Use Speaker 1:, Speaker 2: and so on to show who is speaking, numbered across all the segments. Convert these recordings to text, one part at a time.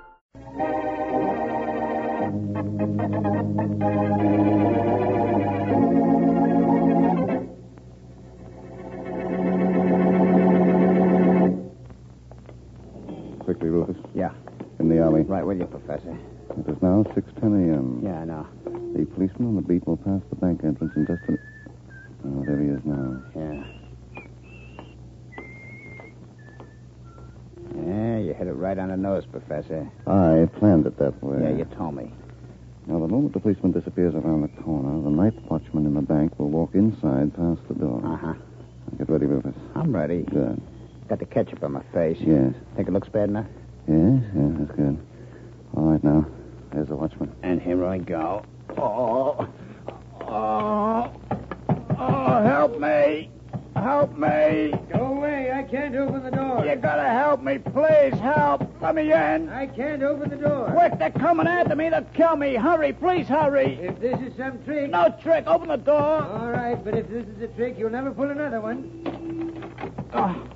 Speaker 1: Quickly, Rufus.
Speaker 2: Yeah.
Speaker 1: In the alley.
Speaker 2: Right with you, Professor.
Speaker 1: It is now 6.10 a.m.
Speaker 2: Yeah, I know.
Speaker 1: The policeman on the beat will pass the bank entrance in just a... Oh, there he is now.
Speaker 2: Yeah. Yeah, you hit it right on the nose, Professor.
Speaker 1: I planned it that way.
Speaker 2: Yeah, you told me.
Speaker 1: Now, the moment the policeman disappears around the corner, the night watchman in the bank will walk inside past the door.
Speaker 2: Uh huh.
Speaker 1: Get ready, Rufus.
Speaker 2: I'm ready.
Speaker 1: Good.
Speaker 2: Got the ketchup on my face.
Speaker 1: Yes.
Speaker 2: Think it looks bad enough?
Speaker 1: Yes, yes, that's good. All right, now. There's the watchman.
Speaker 2: And here I go. Oh. Oh. Oh, help me. Help me.
Speaker 3: Go away. I can't open the door.
Speaker 2: You gotta help me, please. Help. Let me in.
Speaker 3: I can't open the door.
Speaker 2: Quick, they're coming after me. They'll kill me. Hurry, please hurry.
Speaker 3: If this is some trick.
Speaker 2: No trick. Open the door.
Speaker 3: All right, but if this is a trick, you'll never pull another one.
Speaker 2: Oh,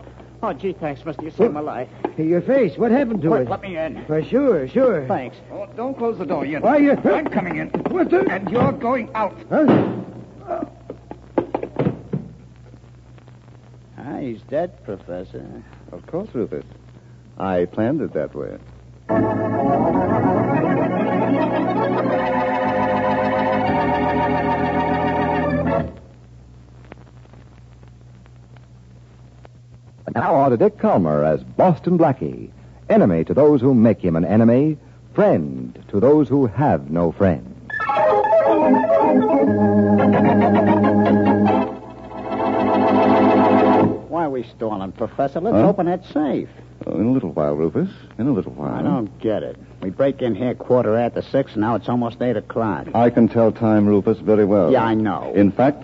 Speaker 2: oh gee, thanks, mister. You saved my life.
Speaker 3: Your face. What happened to
Speaker 2: Quick,
Speaker 3: it?
Speaker 2: let me in.
Speaker 3: For sure, sure.
Speaker 2: Thanks.
Speaker 4: Oh, don't close the door yet.
Speaker 3: Why, you-
Speaker 4: I'm coming in.
Speaker 3: What the-
Speaker 4: And you're going out.
Speaker 3: Huh?
Speaker 2: Ah, he's dead, Professor.
Speaker 1: Of course, Rufus. I planned it that way.
Speaker 5: Now on to Dick Calmer as Boston Blackie, enemy to those who make him an enemy, friend to those who have no friend.
Speaker 2: Why are we stalling, Professor? Let's
Speaker 1: Huh?
Speaker 2: open that safe.
Speaker 1: Oh, in a little while, Rufus. In a little while.
Speaker 2: I don't get it. We break in here quarter after six, and now it's almost eight o'clock.
Speaker 1: I can tell time, Rufus, very well.
Speaker 2: Yeah, I know.
Speaker 1: In fact,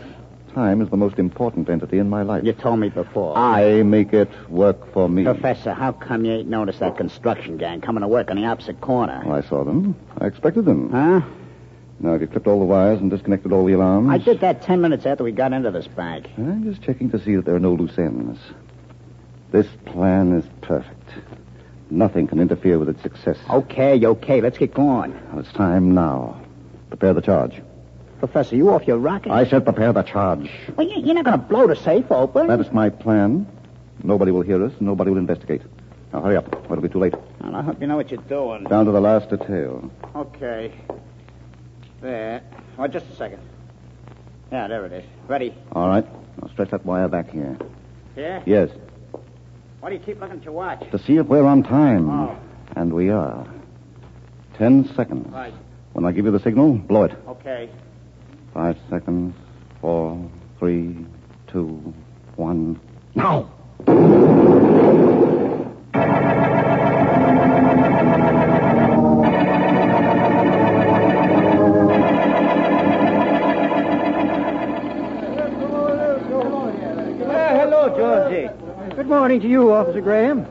Speaker 1: time is the most important entity in my life.
Speaker 2: You told me before.
Speaker 1: I make it work for me.
Speaker 2: Professor, how come you ain't noticed that construction gang coming to work on the opposite corner?
Speaker 1: Oh, I saw them. I expected them.
Speaker 2: Huh?
Speaker 1: Now, have you clipped all the wires and disconnected all the alarms?
Speaker 2: I did that ten minutes after we got into this bank.
Speaker 1: I'm just checking to see that there are no loose ends. This plan is perfect. Nothing can interfere with its success.
Speaker 2: Okay, okay, let's get going.
Speaker 1: Now, it's time now. Prepare the charge.
Speaker 2: Professor, you off your rocket?
Speaker 1: I said prepare the charge.
Speaker 2: Well, you, you're not going to blow the safe open.
Speaker 1: That is my plan. Nobody will hear us. Nobody will investigate. Now, hurry up, or it'll be too late.
Speaker 2: Well, I hope you know what you're doing.
Speaker 1: Down to the last detail.
Speaker 2: Okay. There. Oh, just a second. Yeah, there it is. Ready?
Speaker 1: All right. Now stretch that wire back here.
Speaker 2: Here?
Speaker 1: Yes.
Speaker 2: Why do you keep looking at your watch?
Speaker 1: To see if we're on time.
Speaker 2: Oh.
Speaker 1: And we are. Ten seconds.
Speaker 2: Right.
Speaker 1: When I give you the signal, blow it.
Speaker 2: Okay.
Speaker 1: Five seconds. Four, three, two, one.
Speaker 2: No!
Speaker 3: Well, hello, Georgie. Good morning to you, Officer Graham.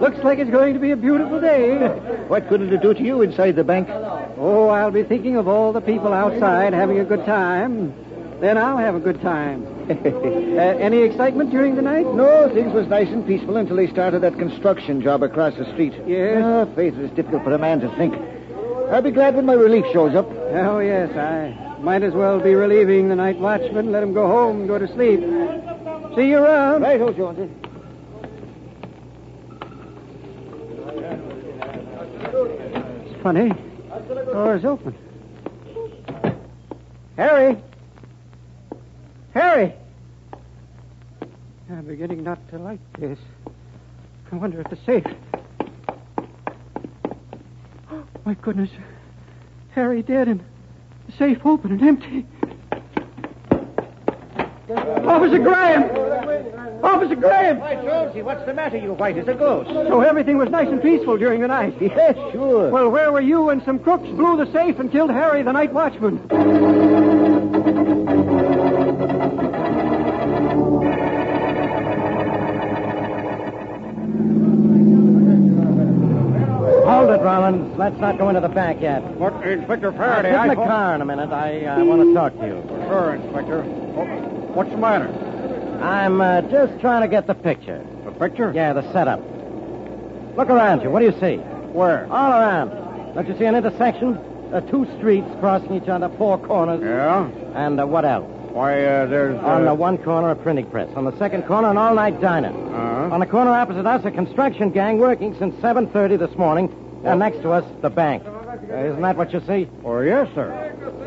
Speaker 3: Looks like it's going to be a beautiful day.
Speaker 2: What good did it do to you inside the bank?
Speaker 3: Oh, I'll be thinking of all the people outside having a good time. Then I'll have a good time. uh, any excitement during the night?
Speaker 6: No, things was nice and peaceful until they started that construction job across the street.
Speaker 3: Yes?
Speaker 6: Oh, faith, it's difficult for a man to think. I'll be glad when my relief shows up.
Speaker 3: Oh, yes, I might as well be relieving the night watchman. Let him go home and go to sleep. See you around.
Speaker 6: Right, old Jonesy.
Speaker 3: It's funny. Door's open. Harry! Harry! I'm beginning not to like this. I wonder if the safe. My goodness. Harry dead and the safe open and empty. Officer Graham! Officer Graham!
Speaker 6: Jonesy, what's the matter? You're white as a ghost.
Speaker 3: So everything was nice and peaceful during the night.
Speaker 6: Yes, sure.
Speaker 3: Well, where were you when some crooks blew the safe and killed Harry, the night watchman?
Speaker 6: Hold it, Rollins. Let's not go into the back yet.
Speaker 7: But Inspector
Speaker 6: Get
Speaker 7: Faraday,
Speaker 6: in
Speaker 7: I
Speaker 6: the
Speaker 7: thought-
Speaker 6: car in a minute. I uh, want to talk to you.
Speaker 7: Sure, Inspector. Oh, what's the matter?
Speaker 6: I'm uh, just trying to get the picture.
Speaker 7: The picture?
Speaker 6: Yeah, the setup. Look around you. What do you see?
Speaker 7: Where?
Speaker 6: All around. Don't you see an intersection? Uh, two streets crossing each other, four corners.
Speaker 7: Yeah.
Speaker 6: And uh, what else?
Speaker 7: Why, uh, there's. Uh,
Speaker 6: On the one corner, a printing press. On the second corner, an all-night diner.
Speaker 7: Uh-huh.
Speaker 6: On the corner opposite us, a construction gang working since 7.30 this morning. And next to us, the bank. Uh, isn't that what you see?
Speaker 7: Oh, yes, sir.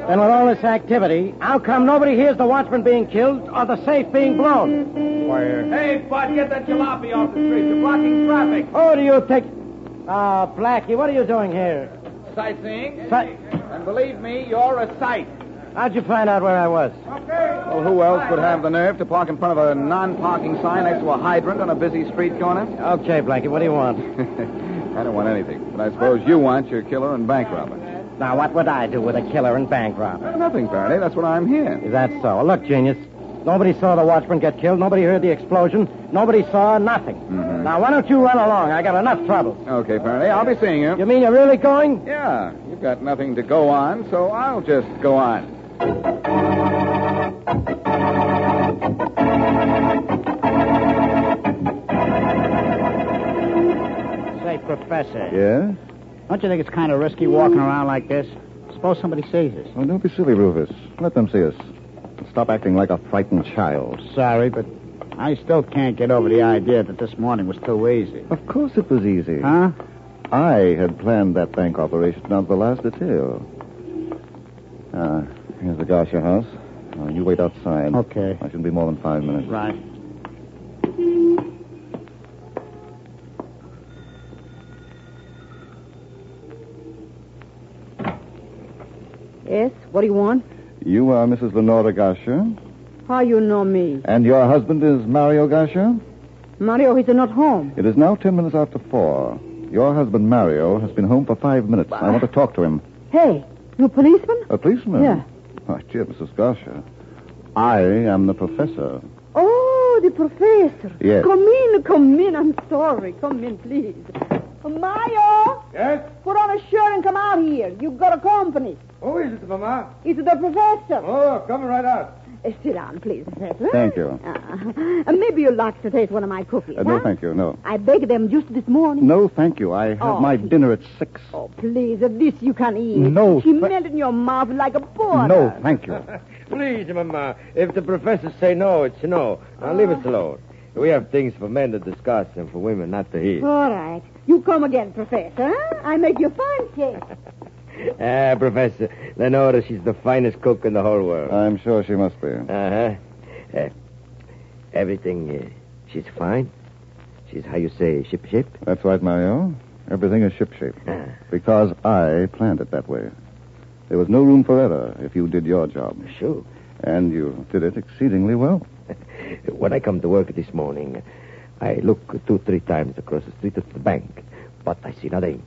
Speaker 6: Then with all this activity, how come nobody hears the watchman being killed or the safe being blown?
Speaker 7: Why, uh,
Speaker 8: Hey, Bud, get that jalopy off the street. You're blocking traffic.
Speaker 6: Who do you think? Ah, Blackie, what are you doing here?
Speaker 8: Sightseeing?
Speaker 6: Si-
Speaker 8: And believe me, you're a sight.
Speaker 6: How'd you find out where I was?
Speaker 8: Well,
Speaker 7: who else would have the nerve to park in front of a non parking sign next to a hydrant on a busy street corner?
Speaker 6: Okay, Blackie, what do you want?
Speaker 7: I don't want anything, but I suppose you want your killer and bank robber. Uh,
Speaker 6: Now, what would I do with a killer and bank robber?
Speaker 7: Nothing, Faraday. That's what I'm here.
Speaker 6: Is that so? Look, genius. Nobody saw the watchman get killed. Nobody heard the explosion. Nobody saw nothing. Now, why don't you run along? I got enough trouble.
Speaker 7: Okay, Faraday, I'll be seeing you.
Speaker 6: You mean you're really going?
Speaker 7: Yeah, you've got nothing to go on, so I'll just go on.
Speaker 6: Say, Professor,
Speaker 1: Yeah?
Speaker 6: don't you think it's kind of risky walking around like this? Suppose somebody sees us.
Speaker 1: Oh, don't be silly, Rufus. Let them see us. Stop acting like a frightened child.
Speaker 6: Sorry, but I still can't get over the idea that this morning was too easy.
Speaker 1: Of course it was easy.
Speaker 6: Huh?
Speaker 1: I had planned that bank operation down to the last detail. Ah, here's the Garsha house. Now, you wait outside.
Speaker 6: Okay.
Speaker 1: I shouldn't be more than five minutes.
Speaker 6: Right.
Speaker 9: Yes, what do you want?
Speaker 1: You are Mrs. Lenora Garsha,
Speaker 9: How you know me?
Speaker 1: and your husband is Mario Garsha?
Speaker 9: Mario, he's not home.
Speaker 1: It is now ten minutes after four. Your husband, Mario, has been home for five minutes. I want to talk to him. Uh,
Speaker 9: Hey, you policeman?
Speaker 1: A policeman?
Speaker 9: Yeah.
Speaker 1: My Ah, dear Mrs. Garsha, I am the professor.
Speaker 9: Oh, the professor.
Speaker 1: Yes.
Speaker 9: Come in, come in. I'm sorry. Come in, please. Mario!
Speaker 7: Yes?
Speaker 9: Put on a shirt and come out here. You've got a company.
Speaker 7: Who is it, Mama?
Speaker 9: It's the professor.
Speaker 7: Oh, coming right out.
Speaker 9: Uh, sit down, please, professor.
Speaker 1: Thank you.
Speaker 9: Ah, and maybe you'd like to taste one of my cookies,
Speaker 1: Uh, no,
Speaker 9: huh?
Speaker 1: thank you. No.
Speaker 9: I baked them just this morning.
Speaker 1: No, thank you. I have
Speaker 9: Oh,
Speaker 1: my
Speaker 9: please.
Speaker 1: dinner at six.
Speaker 9: Oh, please, uh, this you can eat.
Speaker 1: No,
Speaker 9: She
Speaker 1: tha-
Speaker 9: melted in your mouth like a porter.
Speaker 1: no, thank you.
Speaker 6: Please, Mama. If the professors say no, it's no. Now leave
Speaker 3: Ah.
Speaker 6: us alone. We have things for men to discuss and for women not to hear.
Speaker 9: All right. You come again, Professor. huh? I make you pancakes.
Speaker 6: Ah, Professor, Lenora, she's the finest cook in the whole world.
Speaker 1: I'm sure she must be.
Speaker 6: Uh-huh. Uh, everything, uh, she's fine. She's, how you say, ship-ship?
Speaker 1: That's right, Mario. Everything is shipshape. Because I planned it that way. There was no room for error if you did your job.
Speaker 6: Sure.
Speaker 1: And you did it exceedingly well.
Speaker 6: When I come to work this morning, I look two, three times across the street at the bank, but I see nothing.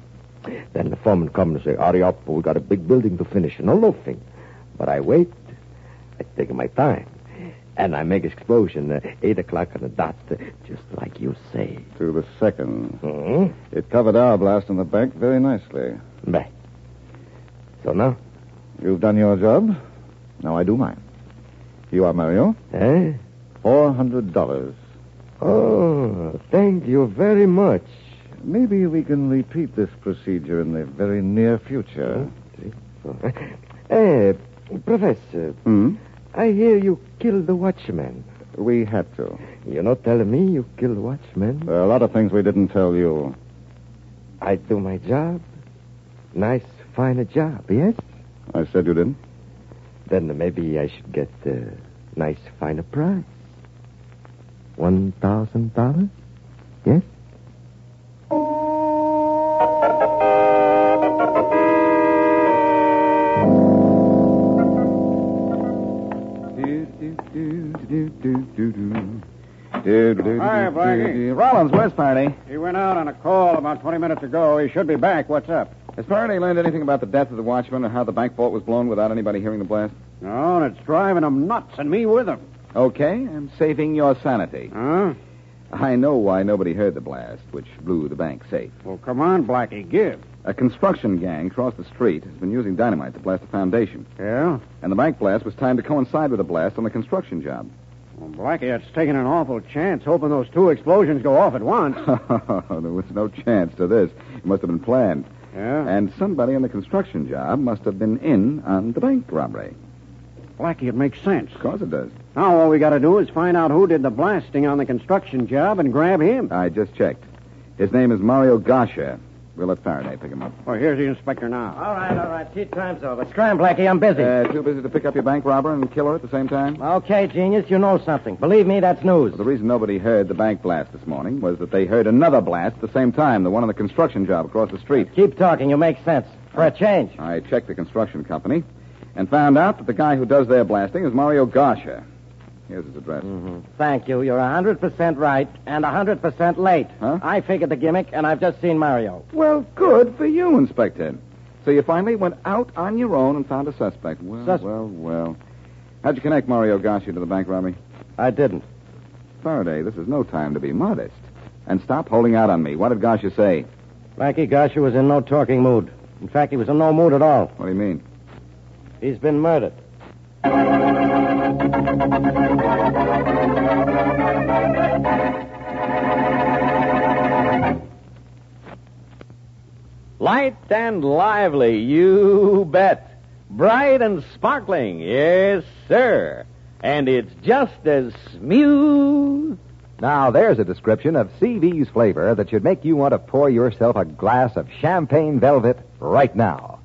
Speaker 6: Then the foreman comes and say, hurry up, we got a big building to finish, no loafing. But I wait, I take my time, and I make explosion, uh, 8 o'clock on the dot, uh, just like you say.
Speaker 1: To the second.
Speaker 6: Hmm?
Speaker 1: It covered our blast in the bank very nicely.
Speaker 6: Right. So now,
Speaker 1: You've done your job. Now I do mine.
Speaker 5: You are Mario?
Speaker 10: Eh?
Speaker 5: $400.
Speaker 10: Oh, thank you very much.
Speaker 5: Maybe we can repeat this procedure in the very near future.
Speaker 10: Eh, Professor,
Speaker 6: Mm-hmm.
Speaker 5: Hmm?
Speaker 10: I hear you killed the watchman.
Speaker 5: We had to.
Speaker 10: You're not telling me you killed the watchman?
Speaker 5: There are a lot of things we didn't tell you.
Speaker 10: I do my job. Nice, fine a job, yes?
Speaker 5: I said you didn't.
Speaker 10: Then maybe I should get a nice, finer prize. One thousand dollars? Yes?
Speaker 7: Hi, Blackie. Rollins, where's Faraday?
Speaker 3: He went out on a call about 20 minutes ago. He should be back. What's up?
Speaker 7: Has Faraday learned anything about the death of the watchman or how the bank vault was blown without anybody hearing the blast?
Speaker 3: No, and it's driving him nuts, and me with him.
Speaker 7: Okay, I'm saving your sanity.
Speaker 3: Huh?
Speaker 7: I know why nobody heard the blast, which blew the bank safe.
Speaker 3: Well, come on, Blackie, give.
Speaker 7: A construction gang across the street has been using dynamite to blast a foundation,
Speaker 3: Yeah?
Speaker 7: and the bank blast was timed to coincide with a blast on the construction job.
Speaker 3: Well, Blackie, that's taking an awful chance, hoping those two explosions go off at once.
Speaker 7: there was no chance to this. It must have been planned.
Speaker 3: Yeah?
Speaker 7: And somebody on the construction job must have been in on the bank robbery.
Speaker 3: Blackie, it makes sense.
Speaker 7: Of course it does.
Speaker 3: Now all we gotta do is find out who did the blasting on the construction job and grab him.
Speaker 7: I just checked. His name is Mario Gasha. We'll let Faraday pick him up.
Speaker 3: Well, here's the inspector now.
Speaker 6: All right, all right. Tea time's over. Scram, Blackie. I'm busy.
Speaker 7: Uh, too busy to pick up your bank robber and kill her at the same time?
Speaker 6: okay, genius. You know something. Believe me, that's news.
Speaker 7: Well, the reason nobody heard the bank blast this morning was that they heard another blast at the same time, the one on the construction job across the street.
Speaker 6: Keep talking. You make sense. For a change.
Speaker 7: I checked the construction company and found out that the guy who does their blasting is Mario Gasha. Here's his address.
Speaker 6: Thank you. You're 100% right and 100% late.
Speaker 7: Huh?
Speaker 6: I figured the gimmick, and I've just seen Mario.
Speaker 7: Well, good for you, Inspector. So you finally went out on your own and found a suspect. Well,
Speaker 6: Sus-
Speaker 7: well, well. How'd you connect Mario Gasha to the bank robbery?
Speaker 6: I didn't.
Speaker 7: Faraday, this is no time to be modest. And stop holding out on me. What did Gasha say?
Speaker 6: Blackie Gosher was in no talking mood. In fact, he was in no mood at all.
Speaker 7: What do you mean?
Speaker 6: He's been murdered.
Speaker 11: Light and lively, you bet. Bright and sparkling, yes, sir. And it's just as smooth.
Speaker 5: Now, there's a description of CV's flavor that should make you want to pour yourself a glass of champagne velvet right now.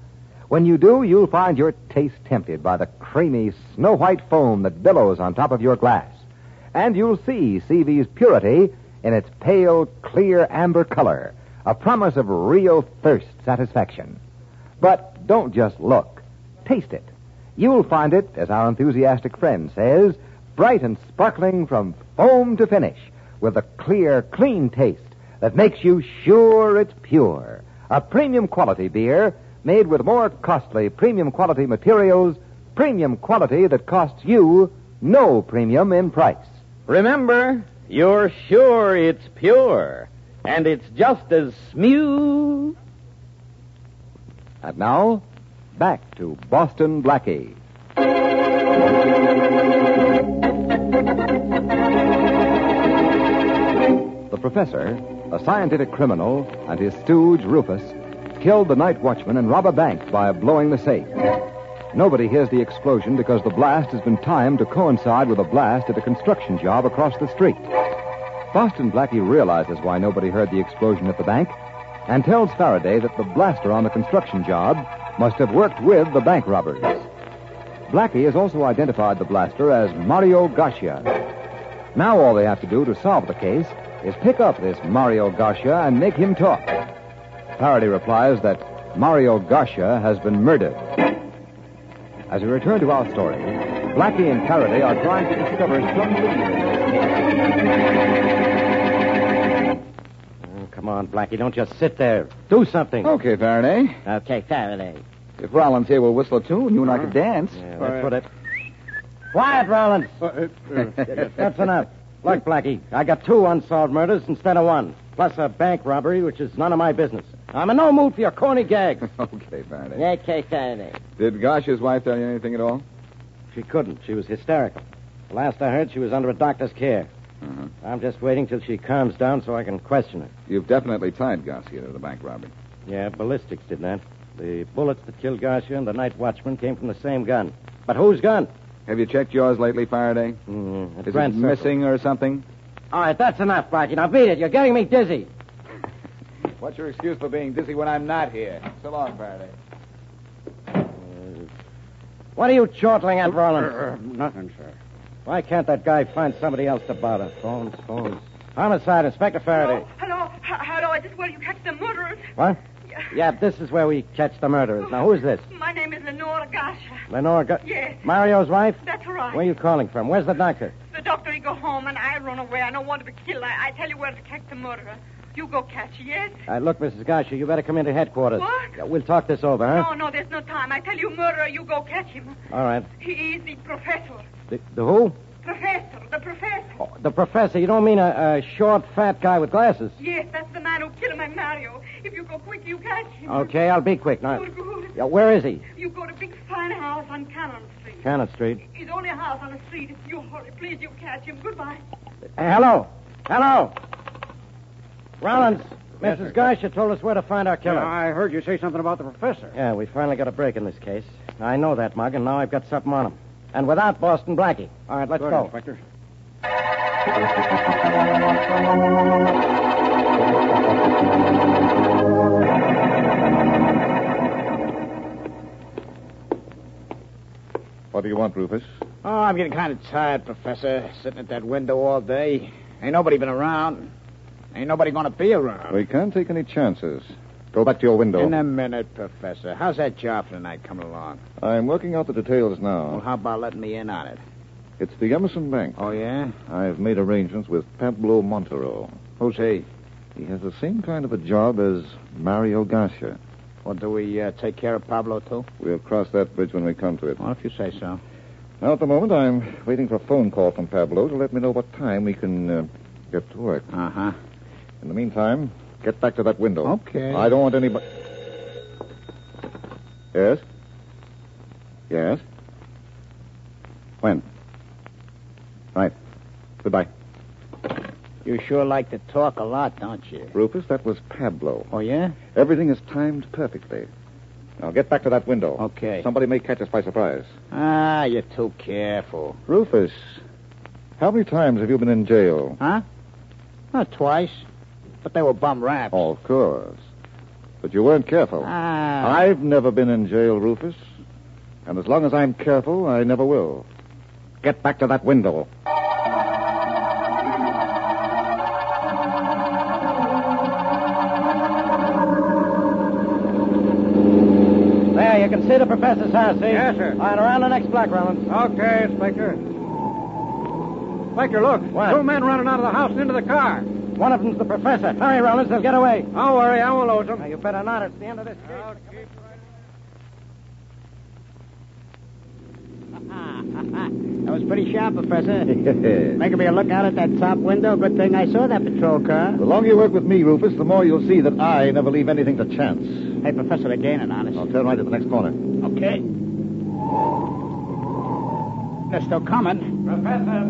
Speaker 5: When you do, you'll find your taste tempted by the creamy, snow white foam that billows on top of your glass. And you'll see CV's purity in its pale, clear amber color, a promise of real thirst satisfaction. But don't just look, taste it. You'll find it, as our enthusiastic friend says, bright and sparkling from foam to finish, with a clear, clean taste that makes you sure it's pure. A premium quality beer made with more costly premium quality materials, premium quality that costs you no premium in price.
Speaker 11: Remember, you're sure it's pure. And it's just as smooth.
Speaker 5: And now, back to Boston Blackie. The professor, a scientific criminal, and his stooge Rufus killed the night watchman and rob a bank by blowing the safe. Nobody hears the explosion because the blast has been timed to coincide with a blast at a construction job across the street. Boston Blackie realizes why nobody heard the explosion at the bank and tells Faraday that the blaster on the construction job must have worked with the bank robbers. Blackie has also identified the blaster as Mario Gascia. Now all they have to do to solve the case is pick up this Mario Gascia and make him talk. Faraday replies that Mario Gascia has been murdered. As we return to our story, Blackie and Faraday are trying to discover some
Speaker 6: Oh, come on, Blackie. Don't just sit there. Do something.
Speaker 7: Okay, Faraday.
Speaker 6: Okay, Faraday.
Speaker 7: If Rollins here will whistle a tune, you and I
Speaker 5: Uh-huh.
Speaker 7: could dance.
Speaker 6: Yeah, that's what it. Quiet, Rollins.
Speaker 7: Uh,
Speaker 6: uh, That's enough. Look, Blackie, I got two unsolved murders instead of one, plus a bank robbery, which is none of my business. I'm in no mood for your corny gags.
Speaker 7: okay, Faraday.
Speaker 6: okay, Saturday.
Speaker 7: Did Gasha's wife tell you anything at all?
Speaker 6: She couldn't. She was hysterical. Last I heard, she was under a doctor's care.
Speaker 7: Uh-huh.
Speaker 6: I'm just waiting till she calms down so I can question her.
Speaker 7: You've definitely tied Garcia to the bank robbery.
Speaker 6: Yeah, ballistics did that. The bullets that killed Garcia and the night watchman came from the same gun. But whose gun?
Speaker 7: Have you checked yours lately, Faraday?
Speaker 6: Mm,
Speaker 7: Is it missing or something?
Speaker 6: All right, that's enough, Blackie. Now beat it. You're getting me dizzy.
Speaker 7: What's your excuse for being dizzy when I'm not here? So long, Faraday.
Speaker 6: What are you chortling at,
Speaker 2: Uh,
Speaker 6: Rollins? Nothing, sir. Why can't that guy find somebody else to bother? Phones, phones. Homicide, Inspector Faraday.
Speaker 9: Hello, H- hello. Is this where you catch the murderers?
Speaker 6: What? Yeah, this is where we catch the murderers. Now, who's this?
Speaker 9: My name is Lenore Gasha.
Speaker 6: Lenore. Gu-
Speaker 9: Yes.
Speaker 6: Mario's wife?
Speaker 9: That's right.
Speaker 6: Where are you calling from? Where's the doctor?
Speaker 9: The doctor, he go home, and I run away. I don't want to be killed. I, I tell you where to catch the murderer. You go catch, yes?
Speaker 6: Uh, look, Mrs. Garsha, you better come into headquarters.
Speaker 9: What?
Speaker 6: Yeah, We'll talk this over, huh?
Speaker 9: No, no, there's no time. I tell you murderer, you go catch him.
Speaker 6: All right.
Speaker 9: He is the professor.
Speaker 6: The, the who? Oh,
Speaker 9: Professor, the professor.
Speaker 3: Oh.
Speaker 6: The professor. You don't mean a, a short, fat guy with glasses?
Speaker 9: Yes, that's the man who killed my Mario. If you go quick, you catch him.
Speaker 6: Okay, I'll be quick. Now,
Speaker 9: Good, good.
Speaker 6: yeah, where is he?
Speaker 9: You go to big fine house on Cannon Street.
Speaker 6: Cannon Street.
Speaker 9: His only house on the street. If you hurry, please, you catch him. Goodbye.
Speaker 6: Uh, hello. Hello. Rollins, Mrs. Garsha told us where to find our killer.
Speaker 2: Yeah, I heard you say something about the professor.
Speaker 6: Yeah, we finally got a break in this case. I know that mug, and now I've got something on him. And without Boston Blackie. All right, let's
Speaker 2: Go
Speaker 6: go.
Speaker 2: ahead, Inspector.
Speaker 1: What do you want, Rufus?
Speaker 2: Oh, I'm getting kind of tired, Professor, sitting at that window all day. Ain't nobody been around. Ain't nobody going to be around.
Speaker 1: We can't take any chances. Go back to your window.
Speaker 2: In uh, a minute, Professor. How's that job for tonight coming along?
Speaker 1: I'm working out the details
Speaker 2: Well,
Speaker 1: now.
Speaker 2: how about letting me in on it?
Speaker 1: It's the Emerson Bank.
Speaker 2: Oh, yeah?
Speaker 1: I've made arrangements with Pablo Montero.
Speaker 2: Who's he?
Speaker 1: He has the same kind of a job as Mario Garcia.
Speaker 2: Well, do we uh, take care of Pablo, too?
Speaker 1: We'll cross that bridge when we come to it.
Speaker 2: Well, if you say so.
Speaker 1: Now, at the moment, I'm waiting for a phone call from Pablo to let me know what time we can uh, get to work.
Speaker 2: Uh huh.
Speaker 1: In the meantime, get back to that window.
Speaker 2: Okay.
Speaker 1: I don't want anybody. Yes? Yes? When? Right. Goodbye.
Speaker 2: You sure like to talk a lot, don't you?
Speaker 1: Rufus, that was Pablo.
Speaker 2: Oh, yeah?
Speaker 1: Everything is timed perfectly. Now get back to that window.
Speaker 2: Okay.
Speaker 1: Somebody may catch us by surprise.
Speaker 2: Ah, you're too careful.
Speaker 1: Rufus, how many times have you been in jail?
Speaker 2: Huh? Not twice. But they were bum raps.
Speaker 1: Oh, of course. But you weren't careful.
Speaker 2: Ah.
Speaker 1: I've never been in jail, Rufus. And as long as I'm careful, I never will. Get back to that window.
Speaker 6: There, you can see the professor's house, see?
Speaker 2: Yes, sir.
Speaker 6: All right, around the next block, Rollins.
Speaker 2: Okay, Inspector. Inspector, look.
Speaker 6: What?
Speaker 2: Two men running out of the house and into the car.
Speaker 6: One of them's the professor. Hurry, Rollins, they'll get away.
Speaker 2: Don't worry, I won't lose them.
Speaker 6: Now, you better not. It's the end of this case.
Speaker 2: That was pretty sharp, Professor.
Speaker 1: the
Speaker 2: Making me a look out at that top window. Good thing I saw that patrol car.
Speaker 1: longer you work with me, Rufus, the more you'll see that I never leave anything to chance.
Speaker 2: Hey, Professor, they're gaining on us.
Speaker 1: I'll turn right at the next corner.
Speaker 2: Okay. They're still coming.
Speaker 3: Professor,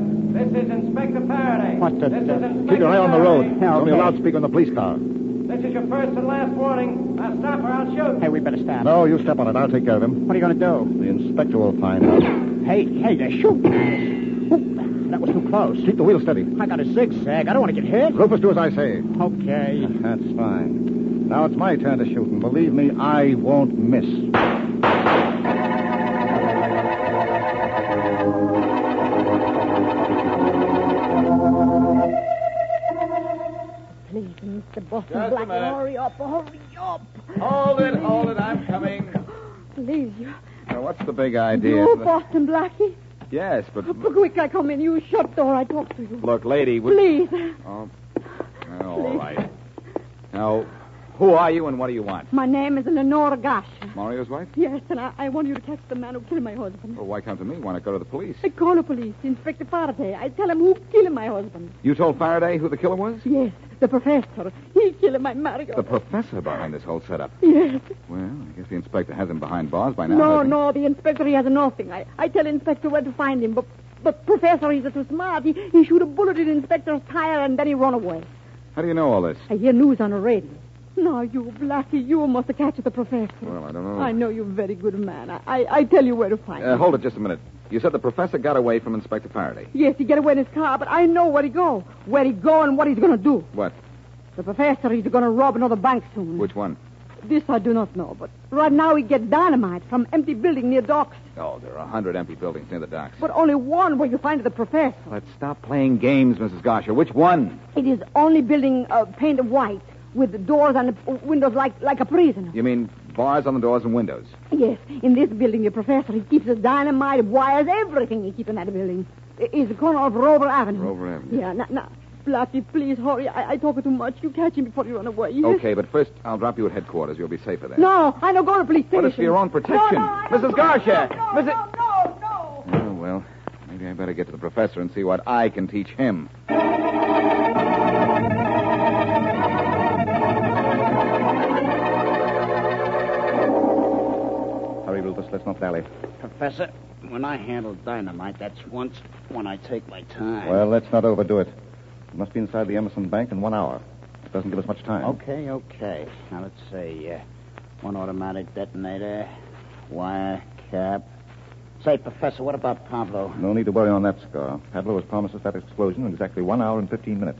Speaker 3: this is Inspector Faraday.
Speaker 2: What the?
Speaker 3: This is Inspector
Speaker 1: Keep your eye on the road.
Speaker 3: Faraday.
Speaker 1: It's only a loudspeaker in the police car.
Speaker 3: This is your first and last warning. Now stop or I'll shoot.
Speaker 2: Hey, we better stop.
Speaker 1: No, you step on it. I'll take care of him.
Speaker 2: What are you going to
Speaker 1: The inspector will find out.
Speaker 2: do? Hey, hey, they're shooting. at us. Oop, that was too close.
Speaker 1: Keep the wheel steady.
Speaker 2: I got a zigzag. I don't want to get hit.
Speaker 1: Rufus, do as I say.
Speaker 2: Okay.
Speaker 1: That's fine. Now it's my turn to shoot, and believe me, I won't miss.
Speaker 12: Please, Mr. Boston
Speaker 3: Just a
Speaker 12: Blackie,
Speaker 3: minute.
Speaker 12: hurry up, hurry up.
Speaker 7: Hold it, hold it. I'm coming.
Speaker 12: Please, you.
Speaker 7: Now, what's the big idea?
Speaker 12: You, Boston Blackie.
Speaker 7: Yes, but
Speaker 12: Quick, I come in. You shut door. I talk to you.
Speaker 7: look, lady. We...
Speaker 12: Please.
Speaker 7: Oh, oh, all right. Now, who are you and what do you want?
Speaker 12: My name is Lenora Gash.
Speaker 7: Mario's wife?
Speaker 12: Yes, and I, I want you to catch the man who killed my husband.
Speaker 7: Well, why come to me? Why not go to the police?
Speaker 12: I call the police, Inspector Faraday. I tell him who killed my husband.
Speaker 7: You told Faraday who the killer was?
Speaker 12: Yes, the professor. He killed my Mario.
Speaker 7: The professor behind this whole setup.
Speaker 12: Yes.
Speaker 7: Well, I guess the inspector has him behind bars by now.
Speaker 12: No,
Speaker 7: hasn't he?
Speaker 12: no, the inspector, he has nothing. I, I tell inspector where to find him, but
Speaker 9: But Professor, he's too smart. He, he shoot a bullet in Inspector's tire and then he run away.
Speaker 7: How do you know all this?
Speaker 9: I hear news on the radio. Now, you, Blackie, you must catch the professor.
Speaker 7: Well, I don't know.
Speaker 9: I know you're a very good man. I, I, I tell you where to find
Speaker 7: Uh,
Speaker 9: him.
Speaker 7: hold it just a minute. You said the professor got away from Inspector Faraday.
Speaker 9: Yes, he get away in his car, but I know where he go. Where he go and what he's going to do.
Speaker 7: What?
Speaker 9: The professor, he's going to rob another bank soon.
Speaker 7: Which one?
Speaker 9: This I do not know, but right now he get dynamite from empty building near docks.
Speaker 7: Oh, there are a hundred empty buildings near the docks.
Speaker 9: But only one where you find the professor.
Speaker 7: Let's stop playing games, Mrs. Gosher. Which one?
Speaker 9: It is only building uh, painted white with the doors and the windows like, like a prison.
Speaker 7: You mean bars on the doors and windows?
Speaker 9: Yes, in this building, your professor, he keeps the dynamite, wires, everything he keeps in that building. It is the corner of Rover Avenue.
Speaker 7: Rover Avenue.
Speaker 9: Yeah, now, now, Blackie, please hurry. I, I talk too much. You catch him before he run away. yes?
Speaker 7: Okay, but first I'll drop you at headquarters. You'll be safer there.
Speaker 9: No, I don't go to police station.
Speaker 7: But it's for your own protection.
Speaker 9: No, no, I don't
Speaker 7: Mrs.
Speaker 9: go-
Speaker 7: Gosher!
Speaker 9: No, no, no, no, no.
Speaker 7: Oh, well, maybe I better get to the professor and see what I can teach him.
Speaker 1: Hurry, Rufus. Let's not dally.
Speaker 2: Professor, when I handle dynamite, that's once when I take my time.
Speaker 1: Well, let's not overdo it. We must be inside the Emerson Bank in one hour. It doesn't give us much time.
Speaker 2: Okay, okay. Now let's say uh, one automatic detonator, wire cap. Say, Professor, what about Pablo?
Speaker 1: No need to worry on that score. Pablo has promised us that explosion in exactly one hour and 15 minutes.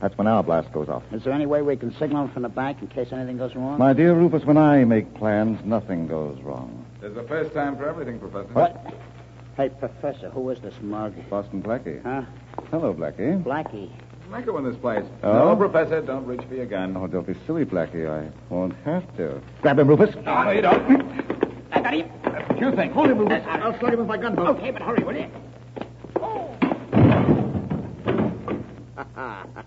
Speaker 1: That's when our blast goes off.
Speaker 2: Is there any way we can signal from the bank in case anything goes wrong?
Speaker 1: My dear Rufus, when I make plans, nothing goes wrong.
Speaker 7: There's a first time for everything, Professor.
Speaker 2: What? Hey, Professor, who is this mug?
Speaker 1: Boston Blackie.
Speaker 2: Huh?
Speaker 1: Hello, Blackie.
Speaker 2: Blackie.
Speaker 7: Michael in this place.
Speaker 1: Oh?
Speaker 7: No, Professor, don't reach for your gun.
Speaker 1: Oh, don't be silly, Blackie. I won't have to. Grab him, Rufus.
Speaker 7: No, no, you don't.
Speaker 2: I got him.
Speaker 7: What you think? Hold him, Rufus.
Speaker 2: I'll slug him with my gunboat. Okay, but hurry, will you?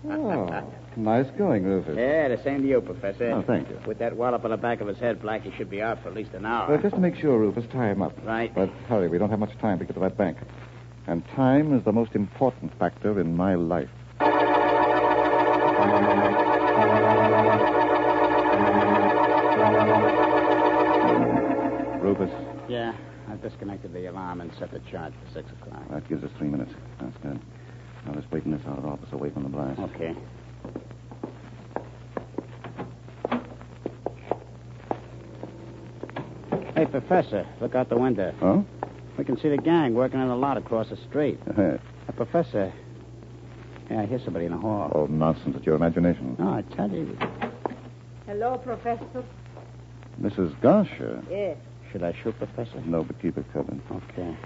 Speaker 1: Oh, nice going, Rufus.
Speaker 2: Yeah, the same to you, Professor.
Speaker 1: Oh, thank you.
Speaker 2: With that wallop on the back of his head, Blackie should be out for at least an hour.
Speaker 1: Well, just to make sure, Rufus, tie him up.
Speaker 2: Right.
Speaker 1: But hurry, we don't have much time to get to that bank. And time is the most important factor in my life. Rufus,
Speaker 2: Yeah, I've disconnected the alarm and set the charge for 6 o'clock.
Speaker 1: that gives us three minutes. That's good. Now let's wait in this outer office away from the blast.
Speaker 2: Okay. Hey, Professor, look out the window.
Speaker 1: Huh?
Speaker 2: We can see the gang working in the lot across the street. Uh, professor, yeah, I hear somebody in the hall.
Speaker 1: Oh, nonsense. It's your imagination.
Speaker 2: No, I tell you.
Speaker 9: Hello, Professor.
Speaker 1: Mrs. Gosher.
Speaker 9: Yes.
Speaker 2: Should I shoot, Professor?
Speaker 1: No, but keep it covered.
Speaker 2: Okay.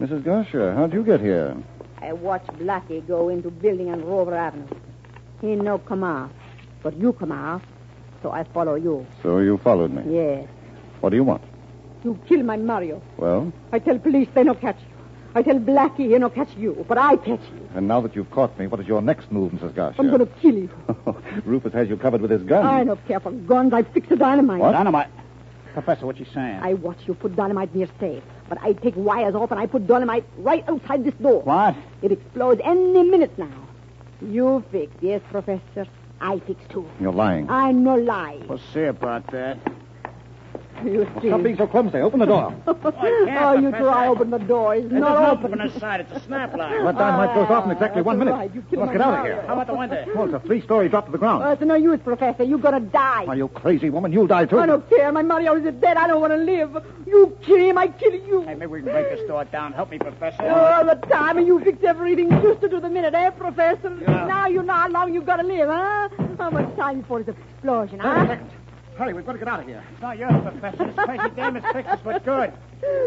Speaker 1: Mrs. Gosher, how'd you get here?
Speaker 9: I watch Blackie go into building on Rover Avenue. He no come out, but you come out, so I follow you.
Speaker 1: So you followed me.
Speaker 9: Yes.
Speaker 1: What do you want?
Speaker 9: You kill my Mario.
Speaker 1: Well,
Speaker 9: I tell police they no catch you. I tell Blackie he no catch you, but I catch you.
Speaker 1: and now that you've caught me, what is your next move, Mrs. Gosher?
Speaker 9: I'm gonna kill you.
Speaker 1: Rufus has you covered with his gun.
Speaker 9: I no care for guns. I fix the dynamite.
Speaker 2: Dynamite. Professor, what you saying?
Speaker 9: I watch you put dynamite near safe, but I take wires off and I put dynamite right outside this door.
Speaker 2: What?
Speaker 9: It explodes any minute now. You fix, yes, Professor. I fix too.
Speaker 1: You're lying.
Speaker 9: I no lie.
Speaker 2: We'll see about that.
Speaker 9: You see.
Speaker 1: Stop being so clumsy. Open the door.
Speaker 9: oh, you
Speaker 2: Professor.
Speaker 9: try open the door. It's
Speaker 2: It
Speaker 9: not
Speaker 2: doesn't
Speaker 9: open.
Speaker 2: on this side. It's a snap line.
Speaker 1: That dynamite goes off in exactly one minute.
Speaker 9: right. You killed
Speaker 1: Let's
Speaker 9: my
Speaker 1: get out of
Speaker 9: father.
Speaker 1: here.
Speaker 2: How about the window? Uh,
Speaker 1: Well, it's a three-story drop to the ground.
Speaker 9: Oh, it's no use, Professor. You're gonna die.
Speaker 1: Are you crazy, woman? You'll die, too.
Speaker 9: I don't care. My Mario is dead. I don't want to live. You kill him, I kill you.
Speaker 2: Hey, maybe we can break this door down. Help me, Professor.
Speaker 9: All the time, and you fix everything used to do the minute, eh, Professor?
Speaker 2: Yeah.
Speaker 9: Now you know how long you gotta live, huh? How much time before this explosion, huh?
Speaker 2: Hurry, we've got to get out of here. It's not yours, Professor. This crazy damn is fixed us for good.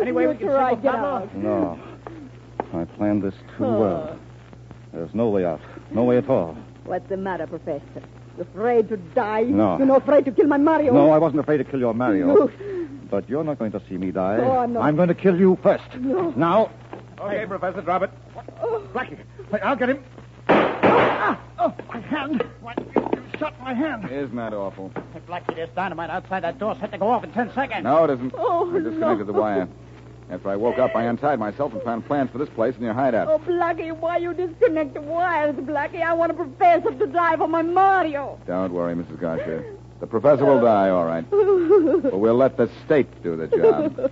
Speaker 2: Anyway,
Speaker 9: You
Speaker 2: we can
Speaker 9: try,
Speaker 2: signal
Speaker 9: get
Speaker 2: Pablo.
Speaker 9: out.
Speaker 1: No. I planned this too
Speaker 9: Oh.
Speaker 2: Uh.
Speaker 1: well. There's no way out. No way at all.
Speaker 9: What's the matter, Professor? You afraid to die?
Speaker 1: No.
Speaker 9: You're not afraid to kill my Mario?
Speaker 1: No, I wasn't afraid to kill your Mario.
Speaker 9: You-
Speaker 1: But you're not going to see me die.
Speaker 9: No, I'm not.
Speaker 1: I'm going to kill you first.
Speaker 9: No.
Speaker 1: Now.
Speaker 7: Okay, Professor, drop it.
Speaker 1: Blackie. I'll get him.
Speaker 2: Oh, my hand. What? You shot my hand.
Speaker 7: Isn't that awful?
Speaker 2: Hey, Blackie, there's dynamite outside that door. set to go off in ten seconds.
Speaker 7: No, it isn't.
Speaker 9: Oh,
Speaker 7: I disconnected
Speaker 9: no.
Speaker 7: the wire. After I woke up, I untied myself and found plans for this place in your hideout.
Speaker 9: Oh, Blackie, why you disconnect the wires, Blackie? I want a professor to die for my Mario.
Speaker 7: Don't worry, Mrs. Gosher. The professor will die, all right. But we'll let the state do the job.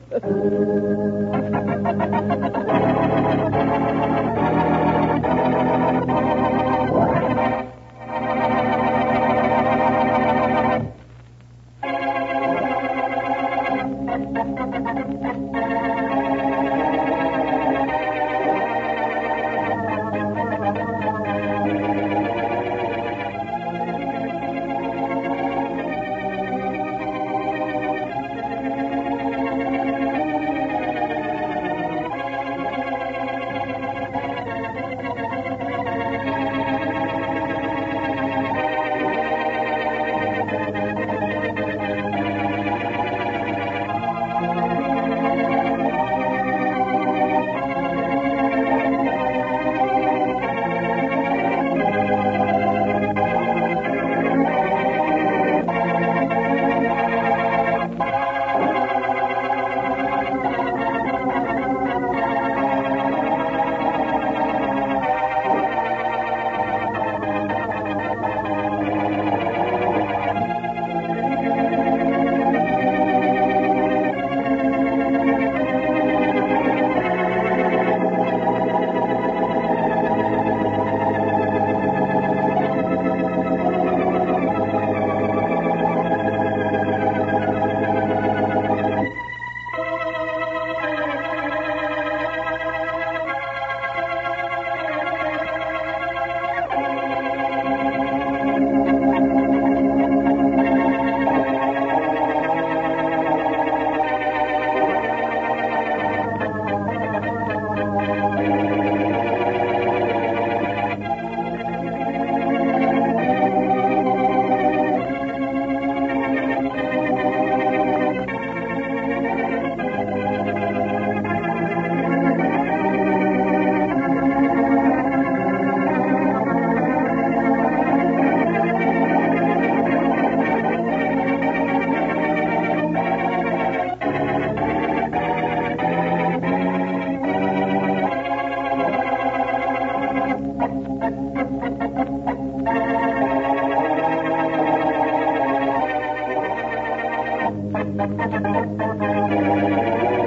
Speaker 13: Thank you.